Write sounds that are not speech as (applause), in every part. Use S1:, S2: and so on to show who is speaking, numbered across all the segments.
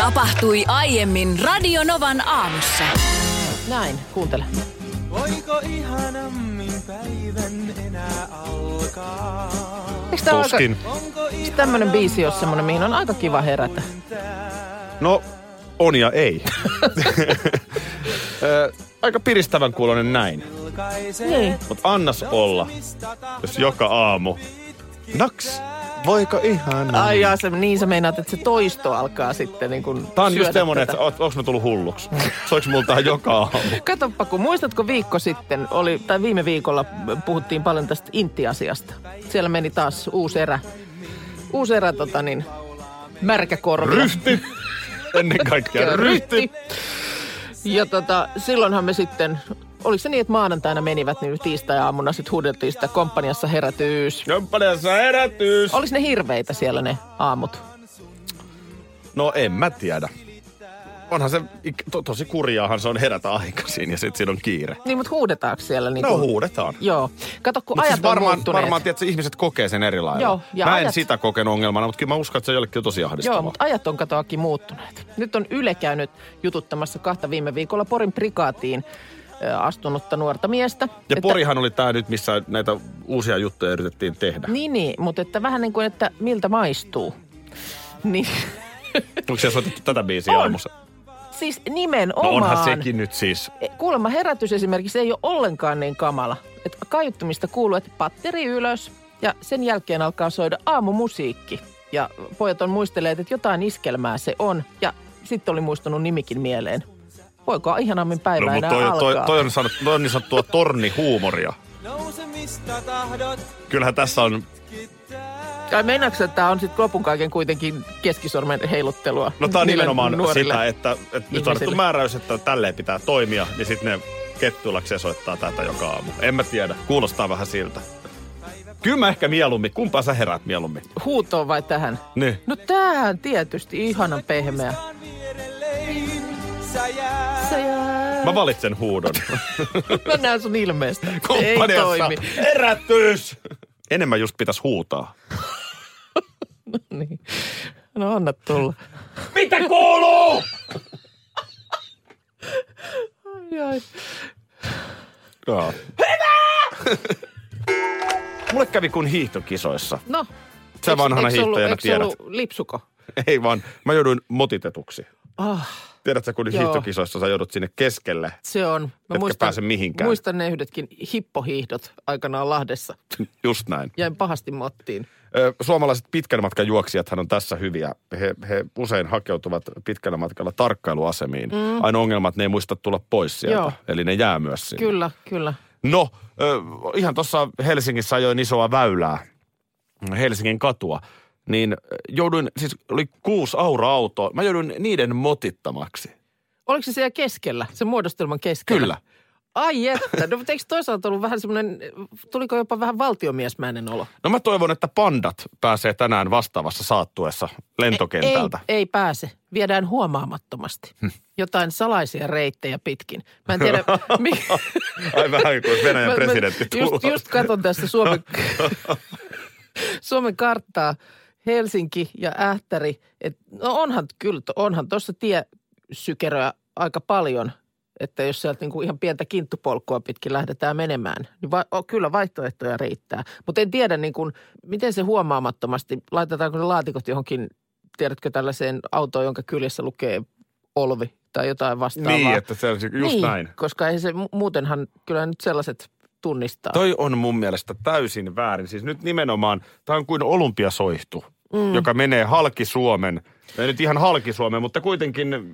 S1: Tapahtui aiemmin Radionovan aamussa.
S2: Näin, kuuntele.
S3: Voiko ihanammin päivän enää alkaa?
S2: Eikö tää ole aika,
S4: Tuskin.
S3: Onko
S2: eikö tämmönen biisi ole semmonen, mihin on aika kiva herätä?
S4: No, on ja
S2: (laughs)
S4: ei. Ö, Aika piristävän kuulonen näin.
S2: Niin.
S4: Mutta annas olla, jos joka aamu. Naks, voiko ihan?
S2: Ai jaa, se, niin sä meinaat, että se toisto alkaa sitten niin kun
S4: Tää on
S2: syödä
S4: just semmonen,
S2: tätä.
S4: että oot- onks mä tullut hulluksi? Soiks mulla tää joka aamu?
S2: Katoppa, kun muistatko viikko sitten, oli, tai viime viikolla puhuttiin paljon tästä intiasiasta. Siellä meni taas uusi erä, uusi erä tota niin, märkäkorvi.
S4: Ryhti! Ennen kaikkea ryhti!
S2: Ja tota, silloinhan me sitten, oliko se niin, että maanantaina menivät, niin tiistai-aamuna sitten huudeltiin sitä komppaniassa herätyys.
S4: Jomppaleessa herätys!
S2: Oliko ne hirveitä siellä ne aamut?
S4: No en mä tiedä. Onhan se, ik- to, tosi kurjaahan se on herätä aikaisin ja sit siinä on kiire.
S2: Niin, mutta huudetaanko siellä? Niin
S4: No huudetaan.
S2: Joo. Kato, kun
S4: Mut
S2: ajat
S4: siis
S2: on
S4: varmaan,
S2: muuttuneet.
S4: varmaan tiedätkö, ihmiset kokee sen eri lailla.
S2: Joo, ja
S4: mä en
S2: ajat-
S4: sitä kokenut ongelmana, mutta kyllä mä uskon, että se on jollekin tosi ahdistavaa.
S2: Joo, mutta ajat on katoakin muuttuneet. Nyt on Yle käynyt jututtamassa kahta viime viikolla Porin prikaatiin ö, astunutta nuorta miestä.
S4: ja Porihan oli tää nyt, missä näitä uusia juttuja yritettiin tehdä.
S2: Niin, niin, mutta että vähän niin kuin, että miltä maistuu. Niin, (laughs)
S4: Onko siellä soitettu tätä biisiä
S2: On.
S4: aamussa?
S2: siis
S4: No
S2: nimenomaan.
S4: onhan sekin nyt siis.
S2: E, Kuulemma herätys esimerkiksi ei ole ollenkaan niin kamala. Et kaiuttamista kuuluu, että patteri ylös ja sen jälkeen alkaa soida aamumusiikki. Ja pojat on muistelleet, että jotain iskelmää se on. Ja sitten oli muistunut nimikin mieleen. Voiko ihanammin päivä
S4: No,
S2: enää
S4: mutta toi,
S2: alkaa?
S4: toi, toi, on sanottu, toi on niin sanottua tornihuumoria.
S3: Nousemista tahdot
S4: Kyllähän tässä on,
S2: Ai meinaatko, että tämä on sitten lopun kaiken kuitenkin keskisormen heiluttelua?
S4: no tää on
S2: niille
S4: nimenomaan
S2: nuorille?
S4: sitä, että, että nyt on annettu
S2: ihmisille.
S4: määräys, että tälleen pitää toimia, niin sitten ne kettulaksi soittaa tätä joka aamu. En mä tiedä, kuulostaa vähän siltä. Kyllä mä ehkä mieluummin, kumpaa sä heräät mieluummin?
S2: Huutoon vai tähän?
S4: Niin.
S2: No tämähän tietysti, ihanan pehmeä.
S3: saan vierelleen. Sä jäät.
S2: Sä jää-
S4: Mä valitsen
S2: (laughs)
S4: huudon.
S2: Mä näen sun
S4: (laughs)
S2: ilmeestä. Ei
S4: Komppaniassa.
S2: toimi. (laughs)
S4: Herätys! Enemmän just pitäisi huutaa.
S2: Niin. No anna tulla.
S4: Mitä kuuluu?
S2: Ai, ai.
S4: Joo. Mulle kävi kuin hiihtokisoissa.
S2: No.
S4: Sä
S2: eiks-
S4: vanhana
S2: eiks ollut-
S4: hiihtäjänä
S2: eiks
S4: tiedät.
S2: ollut lipsuko?
S4: Ei vaan, mä jouduin motitetuksi.
S2: Ah,
S4: Tiedätkö, kun
S2: Joo.
S4: hiihtokisoissa sä joudut sinne keskelle.
S2: se on. Mä
S4: Etkä pääse mihinkään.
S2: Muistan ne yhdetkin hippohiihdot aikanaan Lahdessa.
S4: Just näin.
S2: Jäin pahasti mottiin.
S4: Ö, Suomalaiset pitkän matkan juoksijathan on tässä hyviä. He, he usein hakeutuvat pitkällä matkalla tarkkailuasemiin. Mm. Aina ongelma, että ne ei muista tulla pois sieltä.
S2: Joo.
S4: Eli ne jää myös sinne.
S2: Kyllä, kyllä.
S4: No, ö, ihan tuossa Helsingissä ajoin isoa väylää, Helsingin katua, niin jouduin, siis oli kuusi aura-autoa, mä jouduin niiden motittamaksi.
S2: Oliko se siellä keskellä, sen muodostelman keskellä?
S4: Kyllä.
S2: Ai että, no mutta eikö toisaalta ollut vähän semmoinen, tuliko jopa vähän valtiomiesmäinen olo?
S4: No mä toivon, että pandat pääsee tänään vastaavassa
S2: E-
S4: saattuessa lentokentältä.
S2: Ei, ei pääse. Viedään huomaamattomasti. Jotain salaisia reittejä pitkin. Mä en tiedä, mi...
S4: Ai vähän kuin Venäjän
S2: Mä- mä
S4: presidentti
S2: just,
S4: tulee.
S2: just katon tässä
S4: (laughs)
S2: Suomen, Suomen karttaa, Helsinki ja Ähtäri. Et, no onhan kyllä, to- onhan tuossa tie sykeröä aika paljon, että jos sieltä niinku ihan pientä kinttupolkua pitkin lähdetään menemään, niin va- o, kyllä vaihtoehtoja riittää. Mutta en tiedä, niinku, miten se huomaamattomasti, laitetaanko ne laatikot johonkin, tiedätkö, tällaiseen autoon, jonka kyljessä lukee olvi tai jotain vastaavaa.
S4: Niin, että se olisi just
S2: niin,
S4: näin.
S2: Koska ei se, mu- muutenhan kyllä nyt sellaiset tunnistaa.
S4: Toi on mun mielestä täysin väärin. Siis nyt nimenomaan, tämä on kuin olympiasoihtu, mm. joka menee halki Suomen. Ei nyt ihan halki Suomen, mutta kuitenkin niin,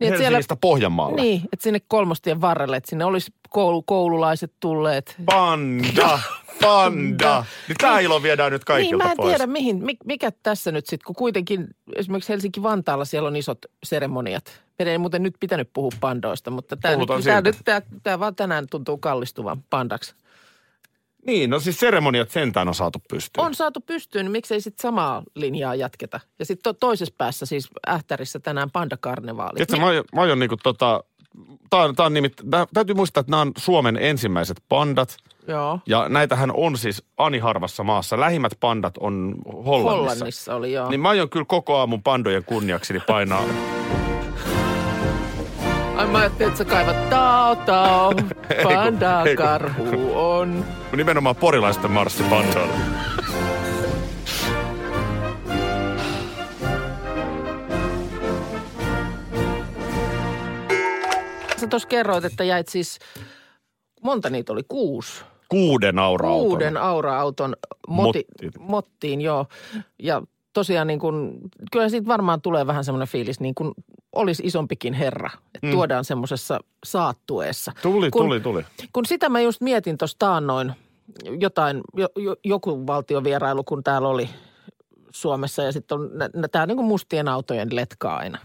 S2: siellä-
S4: Helsingistä siellä... Pohjanmaalle.
S2: Niin, että sinne kolmostien varrelle, että sinne olisi koulu, koululaiset tulleet.
S4: Panda! panda. Niin tää ilo viedään nyt
S2: Niin,
S4: kaikilta
S2: mä en
S4: pois.
S2: tiedä mihin, mik- mikä tässä nyt sitten, kun kuitenkin esimerkiksi Helsinki-Vantaalla siellä on isot seremoniat. Meidän ei muuten nyt pitänyt puhua pandoista, mutta tämä, nyt,
S4: Puhutaan
S2: tämä,
S4: siitä.
S2: nyt, tämä, tämä vaan tänään tuntuu kallistuvan pandaksi.
S4: Niin, no siis seremoniat sentään on saatu pystyyn.
S2: On saatu pystyyn, niin miksei sitten samaa linjaa jatketa. Ja sitten to- toisessa päässä siis Ähtärissä tänään pandakarnevaali.
S4: Tiedätkö, mä, aion- mä aion niinku tota, tää on, tää on nimittä, nää, täytyy muistaa, että nämä on Suomen ensimmäiset pandat.
S2: Joo.
S4: Ja näitähän on siis ani harvassa maassa. Lähimmät pandat on Hollannissa.
S2: Hollannissa oli, joo.
S4: Niin mä aion kyllä koko aamun pandojen kunniaksi niin painaa.
S2: Ai mä ajattelin, että sä kaivat tao
S4: (laughs)
S2: tao,
S4: kun-
S2: panda
S4: ei kun-
S2: karhu on.
S4: Nimenomaan porilaisten marssi pandoilla.
S2: Sä tuossa kerroit, että jäit siis, monta niitä oli, kuusi?
S4: Kuuden aura
S2: Kuuden aura-auton moti,
S4: Mottiin.
S2: mottiin, joo. Ja tosiaan niin kun, kyllä siitä varmaan tulee vähän semmoinen fiilis, niin kuin olisi isompikin herra. Että mm. tuodaan semmoisessa saattueessa.
S4: Tuli,
S2: kun,
S4: tuli, tuli.
S2: Kun sitä mä just mietin tuossa taannoin, jotain, jo, jo, joku valtiovierailu, kun täällä oli Suomessa ja sitten on, tämä on niin kuin mustien autojen letka aina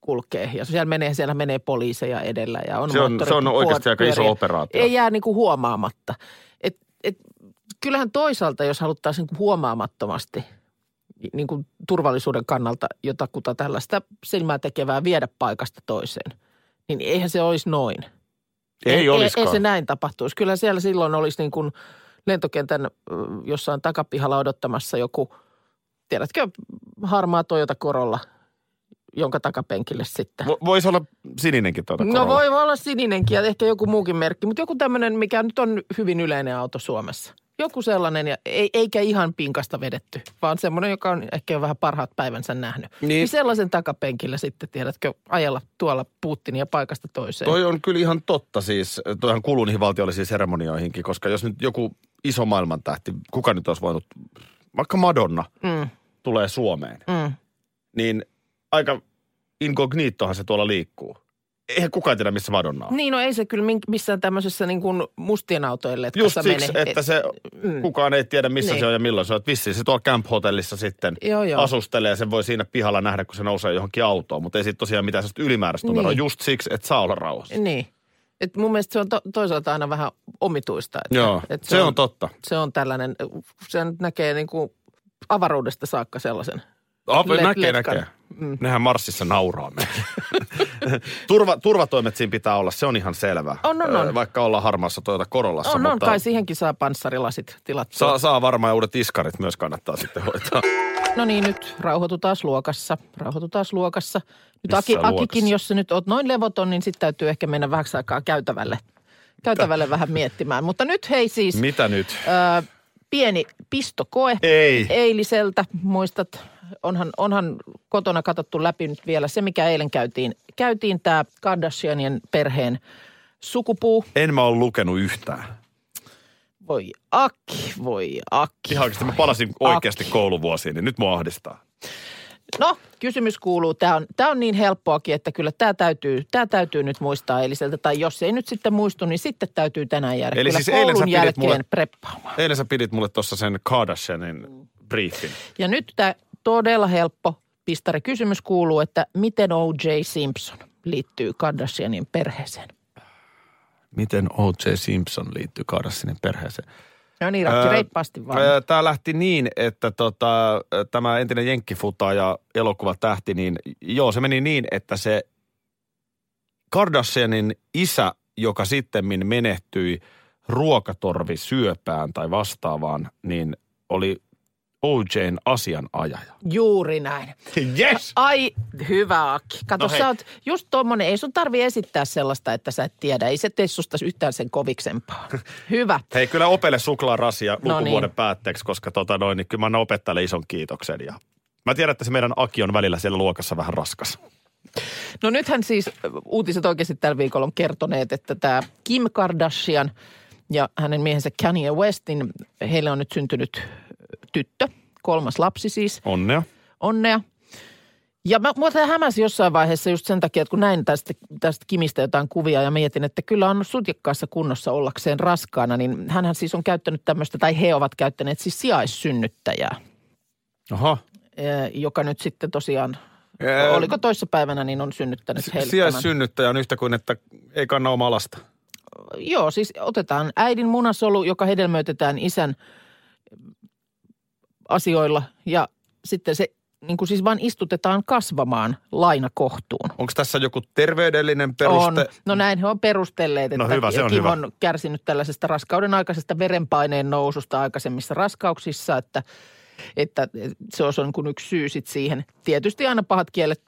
S2: kulkee. Ja siellä menee, siellä menee poliiseja edellä ja on
S4: Se on-
S2: moottori-
S4: se on oikeasti
S2: puot-
S4: aika iso
S2: pyöriä.
S4: operaatio.
S2: Ei jää niin kuin huomaamatta. Et, et, kyllähän toisaalta, jos haluttaisiin niin kuin huomaamattomasti niin kuin turvallisuuden kannalta jotakuta tällaista silmää tekevää viedä paikasta toiseen, niin eihän se olisi noin.
S4: Ei
S2: Ei,
S4: olisikaan.
S2: ei se näin tapahtuisi. Kyllä siellä silloin olisi niin kuin lentokentän ö, jossain takapihalla odottamassa joku, tiedätkö, harmaa Toyota Corolla, jonka takapenkille sitten.
S4: Vo, voisi olla sininenkin tuota
S2: No voi olla sininenkin ja ehkä joku muukin merkki, mutta joku tämmöinen, mikä nyt on hyvin yleinen auto Suomessa. Joku sellainen, ja ei, eikä ihan pinkasta vedetty, vaan semmoinen, joka on ehkä jo vähän parhaat päivänsä nähnyt. Niin. niin sellaisen takapenkillä sitten, tiedätkö, ajella tuolla Putinia paikasta toiseen.
S4: Toi on kyllä ihan totta siis. Toihan kuuluu niihin valtiollisiin seremonioihinkin, koska jos nyt joku iso maailmantähti, kuka nyt olisi voinut, vaikka Madonna,
S2: Mm,
S4: tulee Suomeen,
S2: mm.
S4: niin aika inkognittohan se tuolla liikkuu. Eihän kukaan tiedä, missä Madonna on.
S2: Niin, no ei se kyllä min- missään tämmöisessä niin kuin mustien autoille, että
S4: Just siksi,
S2: mene.
S4: että se,
S2: Mm.
S4: kukaan ei tiedä, missä
S2: Niin.
S4: se on ja milloin se on. Et Vissiin se tuolla Camp Hotellissa sitten
S2: Joo, joo.
S4: asustelee ja sen voi siinä pihalla nähdä, kun se nousee johonkin autoon. Mutta ei siitä tosiaan mitään sellaista ylimääräistä
S2: Niin.
S4: numeroa. Just siksi, että saa olla rauhassa.
S2: Niin. Et mun mielestä se on to- toisaalta aina vähän omituista. Että,
S4: Joo,
S2: että
S4: se on totta.
S2: se on tällainen, se nyt näkee niin kuin avaruudesta saakka sellaisen.
S4: Oh,
S2: Let-
S4: näkee,
S2: letkan.
S4: näkee.
S2: Mm.
S4: Nehän Marsissa nauraa meitä. (laughs) Turva, turvatoimet siinä pitää olla, se on ihan selvä.
S2: On, on, on.
S4: Ö, Vaikka ollaan harmaassa tuota Korolassa.
S2: On, on,
S4: mutta
S2: kai siihenkin saa panssarilasit tilattua.
S4: saa, saa varmaan uudet iskarit myös kannattaa sitten hoitaa.
S2: No niin, nyt rauhoitu taas luokassa, rauhoitu taas luokassa. Nyt
S4: Missä
S2: Aki,
S4: luokassa?
S2: Akikin, jos sä nyt oot noin levoton, niin sitten täytyy ehkä mennä vähän aikaa käytävälle, käytävälle vähän miettimään. Mutta nyt hei siis,
S4: Mitä nyt?
S2: ö, pieni pistokoe.
S4: Ei.
S2: eiliseltä, muistat, onhan, onhan kotona katsottu läpi nyt vielä se, mikä eilen käytiin. Käytiin tämä Kardashianien perheen sukupuu.
S4: En mä ole lukenut yhtään.
S2: Voi akki, voi akki.
S4: Ihan oikeasti mä palasin oikeasti kouluvuosiin, niin nyt mua ahdistaa.
S2: No, kysymys kuuluu, tämä on, tää on niin helppoakin, että kyllä tämä täytyy, tää täytyy nyt muistaa eiliseltä. Tai jos ei nyt sitten muistu, niin sitten täytyy tänään jäädä
S4: Eli
S2: kyllä
S4: siis eilen sä
S2: koulun
S4: pidit
S2: jälkeen
S4: mulle-
S2: preppaamaan.
S4: Eilen sä pidit mulle tuossa sen Kardashianin briefin.
S2: Ja nyt tämä todella helppo pistari kysymys kuuluu, että miten O.J. Simpson liittyy Kardashianin perheeseen?
S4: Miten O.J. Simpson liittyy Kardashianin perheeseen?
S2: No niin, Rakki,
S4: Öö,
S2: reippaasti vaan.
S4: Öö, Tämä lähti niin, että tota, ö, tämä entinen jenkkifuta ja elokuvatähti, niin joo, se meni niin, että se Kardashianin isä, joka sittemmin menehtyi ruokatorvisyöpään tai vastaavaan, niin oli OJn asianajaja.
S2: Juuri näin.
S4: Yes!
S2: Ai, hyvä Aki. Kato,
S4: No
S2: no
S4: hei.
S2: sä oot just tommonen, ei sun tarvi esittää sellaista, että sä et tiedä. Ei se tee susta yhtään sen koviksempaa. Hyvä.
S4: Hei, kyllä opele suklaarasia
S2: No
S4: lukuvuoden
S2: niin.
S4: päätteeksi, koska tota noin, niin kyllä mä annan opettajalle ison kiitoksen. Ja mä tiedän, että se meidän Aki on välillä siellä luokassa vähän raskas.
S2: No nythän siis ö, uutiset oikeasti tällä viikolla on kertoneet, että tämä Kim Kardashian ja hänen miehensä Kanye Westin, heille on nyt syntynyt ö, tyttö, kolmas lapsi siis.
S4: Onnea.
S2: onnea. Ja mä, mua tämä hämäsi jossain vaiheessa just sen takia, että kun näin tästä, tästä Kimistä jotain kuvia ja mietin, että kyllä on sutjakkaassa kunnossa ollakseen raskaana, niin hänhän siis on käyttänyt tämmöistä, tai he ovat käyttäneet siis sijaissynnyttäjää,
S4: Aha.
S2: eh, joka nyt sitten tosiaan,
S4: Ee,
S2: oliko toissapäivänä, niin on synnyttänyt heille tämän.
S4: Sijaissynnyttäjä on yhtä kuin, että ei kanna omaa lasta.
S2: Joo, siis otetaan äidin munasolu, joka hedelmöitetään isän asioilla ja sitten se niin kuin siis vaan istutetaan kasvamaan lainakohtuun.
S4: Onko tässä joku terveydellinen peruste?
S2: On. No näin he on perustelleet, että
S4: No hyvä, se on
S2: Kim
S4: hyvä.
S2: on kärsinyt tällaisesta raskauden aikaisesta verenpaineen noususta aikaisemmissa raskauksissa, että, että se olisi niin kuin yksi syy sit siihen. Tietysti aina pahat kielet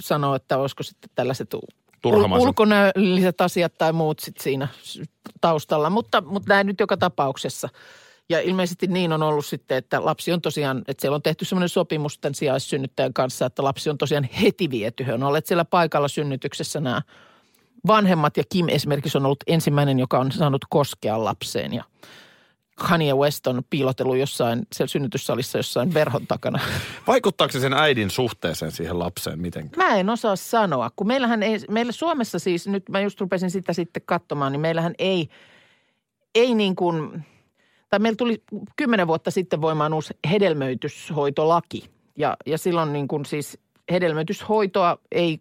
S2: sanoo, että olisiko sitten tällaiset u-
S4: Turhamaiset.
S2: ulkonäölliset asiat tai muut sit siinä s- taustalla, mutta, mutta näin nyt joka tapauksessa. Ja ilmeisesti niin on ollut sitten, että lapsi on tosiaan, että siellä on tehty semmoinen sopimus tämän sijaissynnyttäjän kanssa, että lapsi on tosiaan heti viety. He on olleet siellä paikalla synnytyksessä nämä vanhemmat ja Kim esimerkiksi on ollut ensimmäinen, joka on saanut koskea lapseen ja Kanye West on piilotellut jossain siellä synnytyssalissa jossain verhon takana.
S4: Vaikuttaako se sen äidin suhteeseen siihen lapseen mitenkään?
S2: Mä en osaa sanoa, kun meillähän ei, meillä Suomessa siis, nyt mä just rupesin sitä sitten katsomaan, niin meillähän ei, ei niin kuin, tai meillä tuli kymmenen vuotta sitten voimaan uusi hedelmöityshoitolaki. Ja, ja silloin niin kuin siis hedelmöityshoitoa ei,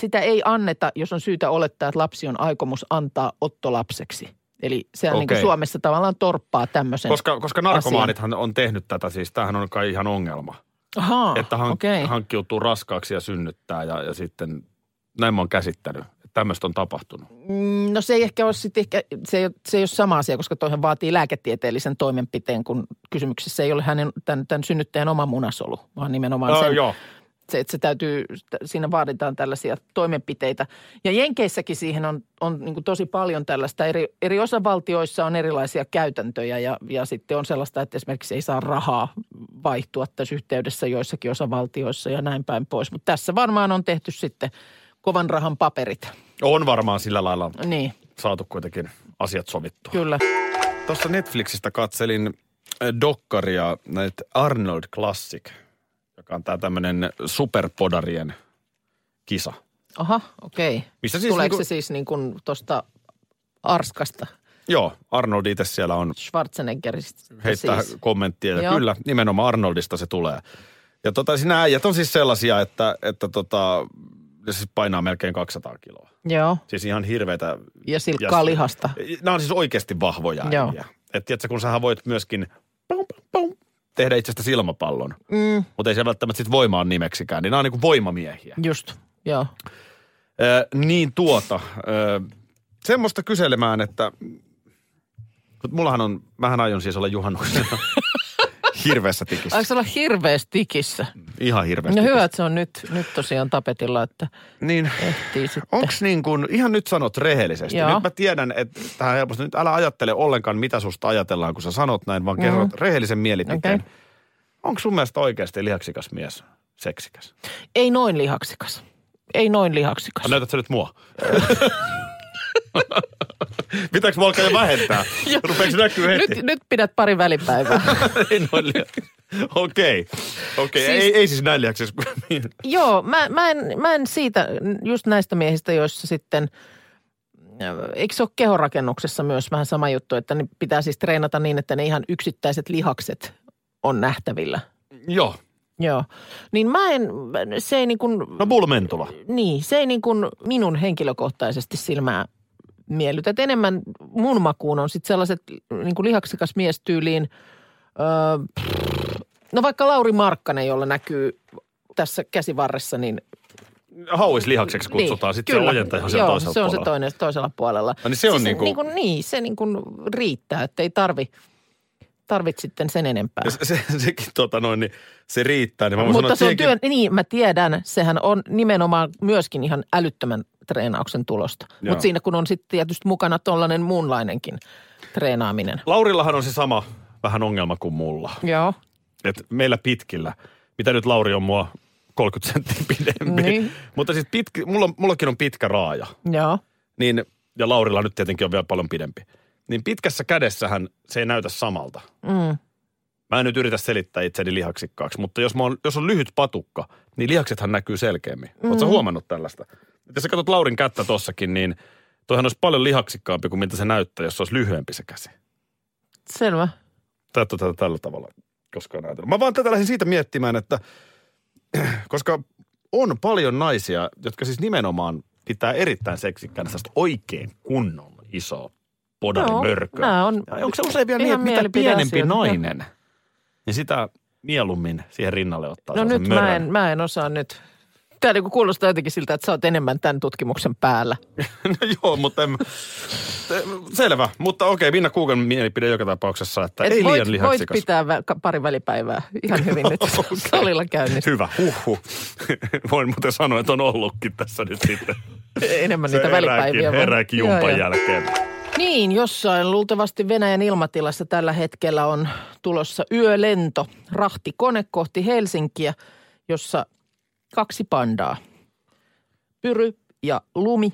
S2: sitä ei anneta, jos on syytä olettaa, että lapsi on aikomus antaa ottolapseksi. Eli se on niin kuin
S4: Okei.
S2: Suomessa tavallaan torppaa tämmöisen.
S4: Koska, koska narkomaanithan on tehnyt tätä siis, tämähän on kai ihan ongelma.
S2: Ahaa,
S4: että hank,
S2: Ah, okei.
S4: hankkiutuu raskaaksi ja synnyttää ja, ja sitten, näin mä oon käsittänyt, että tämmöistä on tapahtunut.
S2: Mm, No se ei ehkä ole sitten ehkä, se ei, ole- se ei ole sama asia, koska toihan vaatii lääketieteellisen toimenpiteen, kun kysymyksessä ei ole hänen, tämän, tämän synnyttäjän oma munasolu, vaan nimenomaan sen,
S4: joo.
S2: se, että se täytyy, siinä vaaditaan tällaisia toimenpiteitä. Ja Jenkeissäkin siihen on, on niin kuin tosi paljon tällaista. Eri, eri osavaltioissa on erilaisia käytäntöjä ja, ja sitten on sellaista, että esimerkiksi ei saa rahaa vaihtua tässä yhteydessä joissakin osavaltioissa ja näin päin pois. Mutta tässä varmaan on tehty sitten kovan rahan paperit.
S4: On varmaan sillä lailla
S2: Niin,
S4: saatu kuitenkin asiat sovittua.
S2: kyllä.
S4: Tuossa Netflixistä katselin äh, dokkaria näitä Arnold Classic, joka on tämä tämmöinen superpodarien kisa.
S2: Aha, okei.
S4: Missä siis
S2: Tuleeko
S4: niinku-
S2: se siis niin kuin tuosta Arskasta,
S4: Joo, Arnold itse siellä on
S2: Schwarzeneggeristä
S4: heittää
S2: siis?
S4: kommenttia. Ja
S2: Joo.
S4: kyllä, nimenomaan Arnoldista se tulee. Ja tota, siinä äijät on siis sellaisia, että, että tota, ne siis painaa melkein 200 kiloa.
S2: Joo,
S4: Siis ihan hirveitä.
S2: ja silkkaa
S4: jäs-
S2: lihasta.
S4: Nämä on siis oikeasti vahvoja
S2: Joo.
S4: äijä. Et tiedätkö, kun sähän voit myöskin pum, pum, pum, tehdä itsestä silmapallon,
S2: Mm,
S4: mutta ei se välttämättä sit voimaan nimeksikään. Niin nämä on niinku voimamiehiä.
S2: just, joo.
S4: Ö, niin tuota, ö, semmoista kyselemään, että kun mullahan on, mähän aion siis olla
S2: (laughs)
S4: juhannuksena hirveässä tikissä.
S2: Aiko se olla hirveästi tikissä?
S4: Ihan hirveästi.
S2: No hyvä, että se on nyt, nyt tosiaan tapetilla, että
S4: Niin,
S2: ehtii sitten.
S4: onks niin kuin, ihan nyt sanot rehellisesti.
S2: Joo.
S4: Nyt mä tiedän, että tähän helposti, nyt älä ajattele ollenkaan, mitä susta ajatellaan, kun sä sanot näin, vaan kerrot rehellisen mielipiteen.
S2: Mm-hmm. Okei.
S4: Onko sun mielestä oikeasti lihaksikas mies seksikäs?
S2: Ei noin lihaksikas. Ei noin lihaksikas.
S4: Näytät sä nyt
S2: (laughs)
S4: mua? Pitääkö mä alkaa jo
S2: (laughs)
S4: vähentää? Rupeeko näkyy heti?
S2: Nyt, nyt pidät pari välipäivää.
S4: (laughs) Ei noin liha- Okei, okei.
S2: Siis-
S4: Ei, ei siis näin lihaksiksi.
S2: Joo, mä, mä, en, mä en siitä, just näistä miehistä, joissa sitten, äh, eikö se ole kehorakennuksessa myös vähän sama juttu, että ne pitää siis treenata niin, että ne ihan yksittäiset lihakset on nähtävillä.
S4: (laughs) Joo,
S2: Joo, niin mä en, se ei niin kuin,
S4: no bulmentula.
S2: niin, se ei niin kuin minun henkilökohtaisesti silmää miellytä. Et enemmän mun makuun on sitten sellaiset niin kuin lihaksikas miestyyliin, öö, pff, no vaikka Lauri Markkanen, jolla näkyy tässä käsivarressa, niin
S4: Hauis lihakseksi kutsutaan,
S2: niin,
S4: sitten se
S2: kyllä.
S4: ojentaja on siellä
S2: Joo,
S4: toisella
S2: se on se
S4: puolella.
S2: toinen, toisella puolella.
S4: No niin se on
S2: siis
S4: niinku-
S2: niin, kuin, niin, se niin kuin riittää, että ei tarvi, tarvit sitten sen enempää.
S4: Ja se, se, sekin tota noin, niin se riittää. Niin mä voin
S2: Mutta
S4: sanoa,
S2: se on
S4: että
S2: työn,
S4: siihenkin-
S2: niin mä tiedän, sehän on nimenomaan myöskin ihan älyttömän treenauksen tulosta.
S4: Joo.
S2: Mutta siinä kun on sitten tietysti mukana tollainen muunlainenkin treenaaminen.
S4: Laurillahan on se sama vähän ongelma kuin mulla.
S2: Joo.
S4: Et meillä pitkillä, mitä nyt Lauri on mua 30 senttiä pidempi.
S2: Niin.
S4: (laughs) Mutta siis pitki, mulla, mullakin on pitkä raaja.
S2: Joo.
S4: Niin, ja Laurilla nyt tietenkin on vielä paljon pidempi. Niin pitkässä kädessähän se ei näytä samalta.
S2: Mm.
S4: Mä en nyt yritä selittää itseni lihaksikkaaksi, mutta jos, mä oon, jos on lyhyt patukka, niin lihaksethan näkyy selkeämmin. Mm. Oletko huomannut tällaista? Et Jos sä katsot Laurin kättä tossakin, niin toihan olisi paljon lihaksikkaampi kuin miltä se näyttää, jos se olisi lyhyempi se käsi.
S2: Selvä.
S4: Tätä tätä tällä tavalla koskaan ajatellut. Mä vaan tätä lähdin siitä miettimään, että (clears throat) koska on paljon naisia, jotka siis nimenomaan pitää erittäin seksikkäänä sellaista oikein kunnon isoa podarimörköä.
S2: nää on No
S4: Ja Onko se usein vielä niin,
S2: ihan
S4: että mitä pienempi
S2: mielipideasioita,
S4: nainen, niin sitä mieluummin siihen rinnalle ottaa
S2: No nyt
S4: sellaisen
S2: mä
S4: mörön.
S2: en, mä en osaa nyt. Tämä niinku kuulostaa jotenkin siltä, että sä oot enemmän tämän tutkimuksen päällä.
S4: (laughs) No joo, mutta en, te- selvä. Mutta okei, Minna Kuukan mielipide joka tapauksessa, että
S2: Et
S4: ei
S2: voit,
S4: liian
S2: voit
S4: lihaksikas.
S2: pitää vä- ka- pari välipäivää ihan hyvin
S4: (laughs)
S2: nyt salilla käynnissä.
S4: Hyvä, huhhuh. (laughs) Voin muuten sanoa, että on ollutkin tässä nyt
S2: (laughs)
S4: sitten.
S2: Enemmän
S4: Se
S2: niitä välipäiviä.
S4: herääkin,
S2: vaan-
S4: herääkin
S2: Joo,
S4: jumpan
S2: joo.
S4: jälkeen.
S2: Niin, jossain luultavasti Venäjän ilmatilassa tällä hetkellä on tulossa yölento, rahtikone kohti Helsinkiä, jossa kaksi pandaa, Pyry ja Lumi.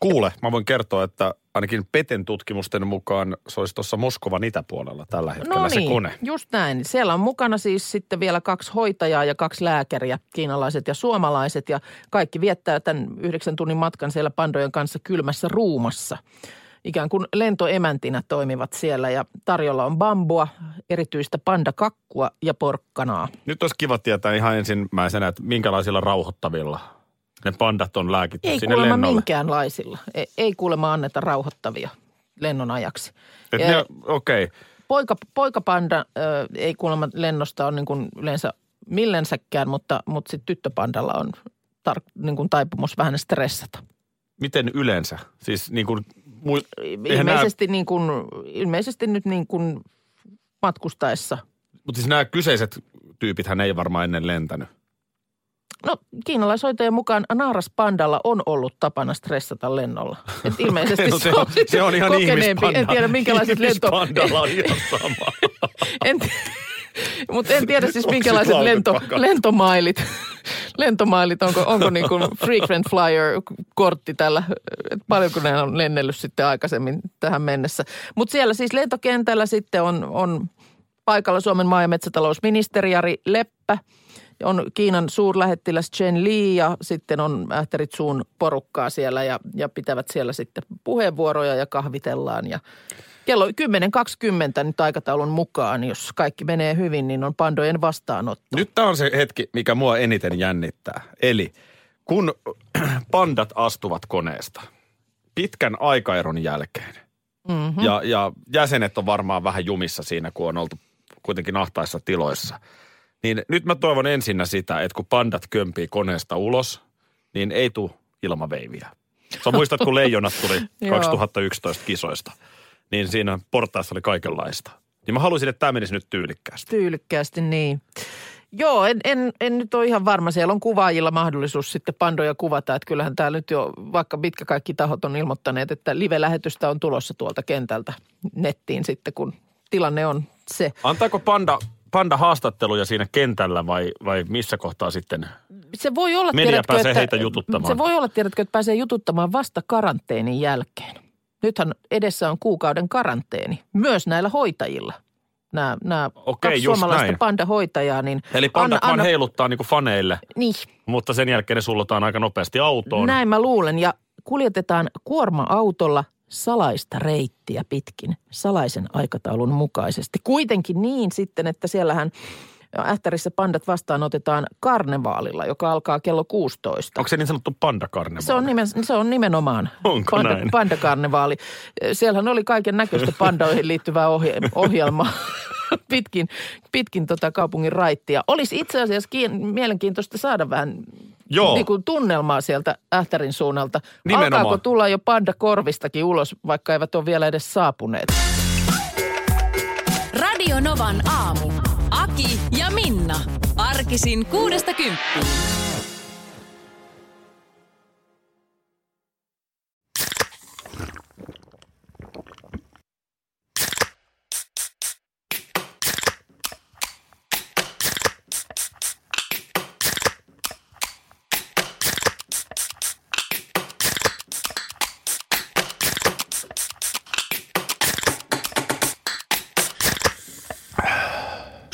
S4: Kuule, mä voin kertoa, että ainakin Peten tutkimusten mukaan se olisi tuossa Moskovan itäpuolella tällä hetkellä
S2: No
S4: se
S2: niin,
S4: kone.
S2: just näin. Siellä on mukana siis sitten vielä kaksi hoitajaa ja kaksi lääkäriä, kiinalaiset ja suomalaiset. Ja kaikki viettää tämän yhdeksän tunnin matkan siellä pandojen kanssa kylmässä ruumassa. Ikään kuin lentoemäntinä toimivat siellä ja tarjolla on bambua, erityistä pandakakkua ja porkkanaa.
S4: Nyt olisi kiva tietää ihan ensimmäisenä, että minkälaisilla rauhoittavilla ne pandat on lääkitty
S2: Ei
S4: sinne
S2: kuulemma
S4: lennolle.
S2: minkäänlaisilla. Ei, ei kuulemma anneta rauhoittavia lennon ajaksi.
S4: Et
S2: Ja-
S4: ne- Okei,
S2: poika, poikapanda ö, ei kuulemma lennosta ole niin kuin yleensä millensäkään, mutta, mutta sitten tyttöpandalla on tar, niin kuin taipumus vähän stressata.
S4: miten yleensä? Siis niin kuin, mui- eihän nää-
S2: Ilmeisesti, niin kuin, ilmeisesti nyt niin kuin matkustaessa.
S4: Mutta siis nämä kyseiset tyypithän ei varmaan ennen lentänyt.
S2: No kiinalaishoitajan mukaan naaraspandalla on ollut tapana stressata lennolla. Et ilmeisesti
S4: (laughs) No,
S2: se, on, sitten
S4: se on ihan
S2: kokeneempi.
S4: ihmispanda.
S2: En tiedä minkälaiset lento...
S4: Ihmispandalla on ihan sama.
S2: En, mutta en tiedä siis
S4: Onko
S2: minkälaiset
S4: sit
S2: lento,
S4: lautapaka?
S2: lentomailit, lentomailit, onko, onko niin kuin frequent flyer-kortti tällä, että paljonko ne on lennellyt sitten aikaisemmin tähän mennessä. Mutta siellä siis lentokentällä sitten on, on paikalla Suomen maa- ja metsätalousministeri Jari Leppä, on Kiinan suurlähettiläs Chen Li ja sitten on ähterit suun porukkaa siellä ja, ja pitävät siellä sitten puheenvuoroja ja kahvitellaan ja Kello 10.20 nyt aikataulun mukaan, jos kaikki menee hyvin, niin on pandojen vastaanotto.
S4: Nyt tämä on se hetki, mikä mua eniten jännittää. Eli kun (clears throat) pandat astuvat koneesta pitkän aikaeron jälkeen mm-hmm. ja, ja jäsenet on varmaan vähän jumissa siinä, kun on oltu kuitenkin ahtaissa tiloissa, niin nyt mä toivon ensinnä sitä, että kun pandat kömpii koneesta ulos, niin ei tule ilmaveiviä. Sä muistat, kun leijonat tuli
S2: Joo.
S4: 2011 kisoista, niin siinä portaassa oli kaikenlaista. Niin mä haluaisin, että tämä menisi nyt tyylikkäästi.
S2: Tyylikkäästi niin. Joo, en, en, en nyt ole ihan varma. Siellä on kuvaajilla mahdollisuus sitten pandoja kuvata. Että kyllähän täällä nyt jo, vaikka mitkä kaikki tahot on ilmoittaneet, että live-lähetystä on tulossa tuolta kentältä nettiin sitten, kun tilanne on se.
S4: Antaako panda, panda haastatteluja siinä kentällä vai, vai missä kohtaa sitten?
S2: Se voi olla,
S4: Media
S2: tiedätkö,
S4: pääsee
S2: että,
S4: heitä jututtamaan.
S2: Se voi olla, tiedätkö, että pääsee jututtamaan vasta karanteenin jälkeen. Nythän edessä on kuukauden karanteeni, myös näillä hoitajilla. Nämä, nämä
S4: Okei,
S2: kaksi
S4: just
S2: suomalaista
S4: näin.
S2: pandahoitajaa, niin
S4: Eli panda vaan heiluttaa niinku faneille,
S2: niin,
S4: mutta sen jälkeen ne sullotaan aika nopeasti autoon.
S2: näin mä luulen. Ja kuljetetaan kuorma-autolla salaista reittiä pitkin, salaisen aikataulun mukaisesti. Kuitenkin niin sitten, että siellähän Ähtärissä pandat vastaanotetaan karnevaalilla, joka alkaa kello 16.
S4: Onko se niin sanottu pandakarnevaali?
S2: Se on, nimen, se on nimenomaan
S4: (laughs) Onko
S2: panda,
S4: näin?
S2: pandakarnevaali. Siellähän oli kaiken näköistä pandoihin liittyvää ohje, ohjelmaa (laughs) pitkin, pitkin tota kaupungin raittia. Olisi itse asiassa kiin, mielenkiintoista saada vähän
S4: Joo.
S2: Niin kuin tunnelmaa sieltä Ähtärin suunnalta.
S4: Nimenomaan.
S2: Alkaako tulla jo panda korvistakin ulos, vaikka eivät ole vielä edes saapuneet?
S1: Radio Novan aamu. Aki ja Minna. Arkisin kuudesta kymppiin.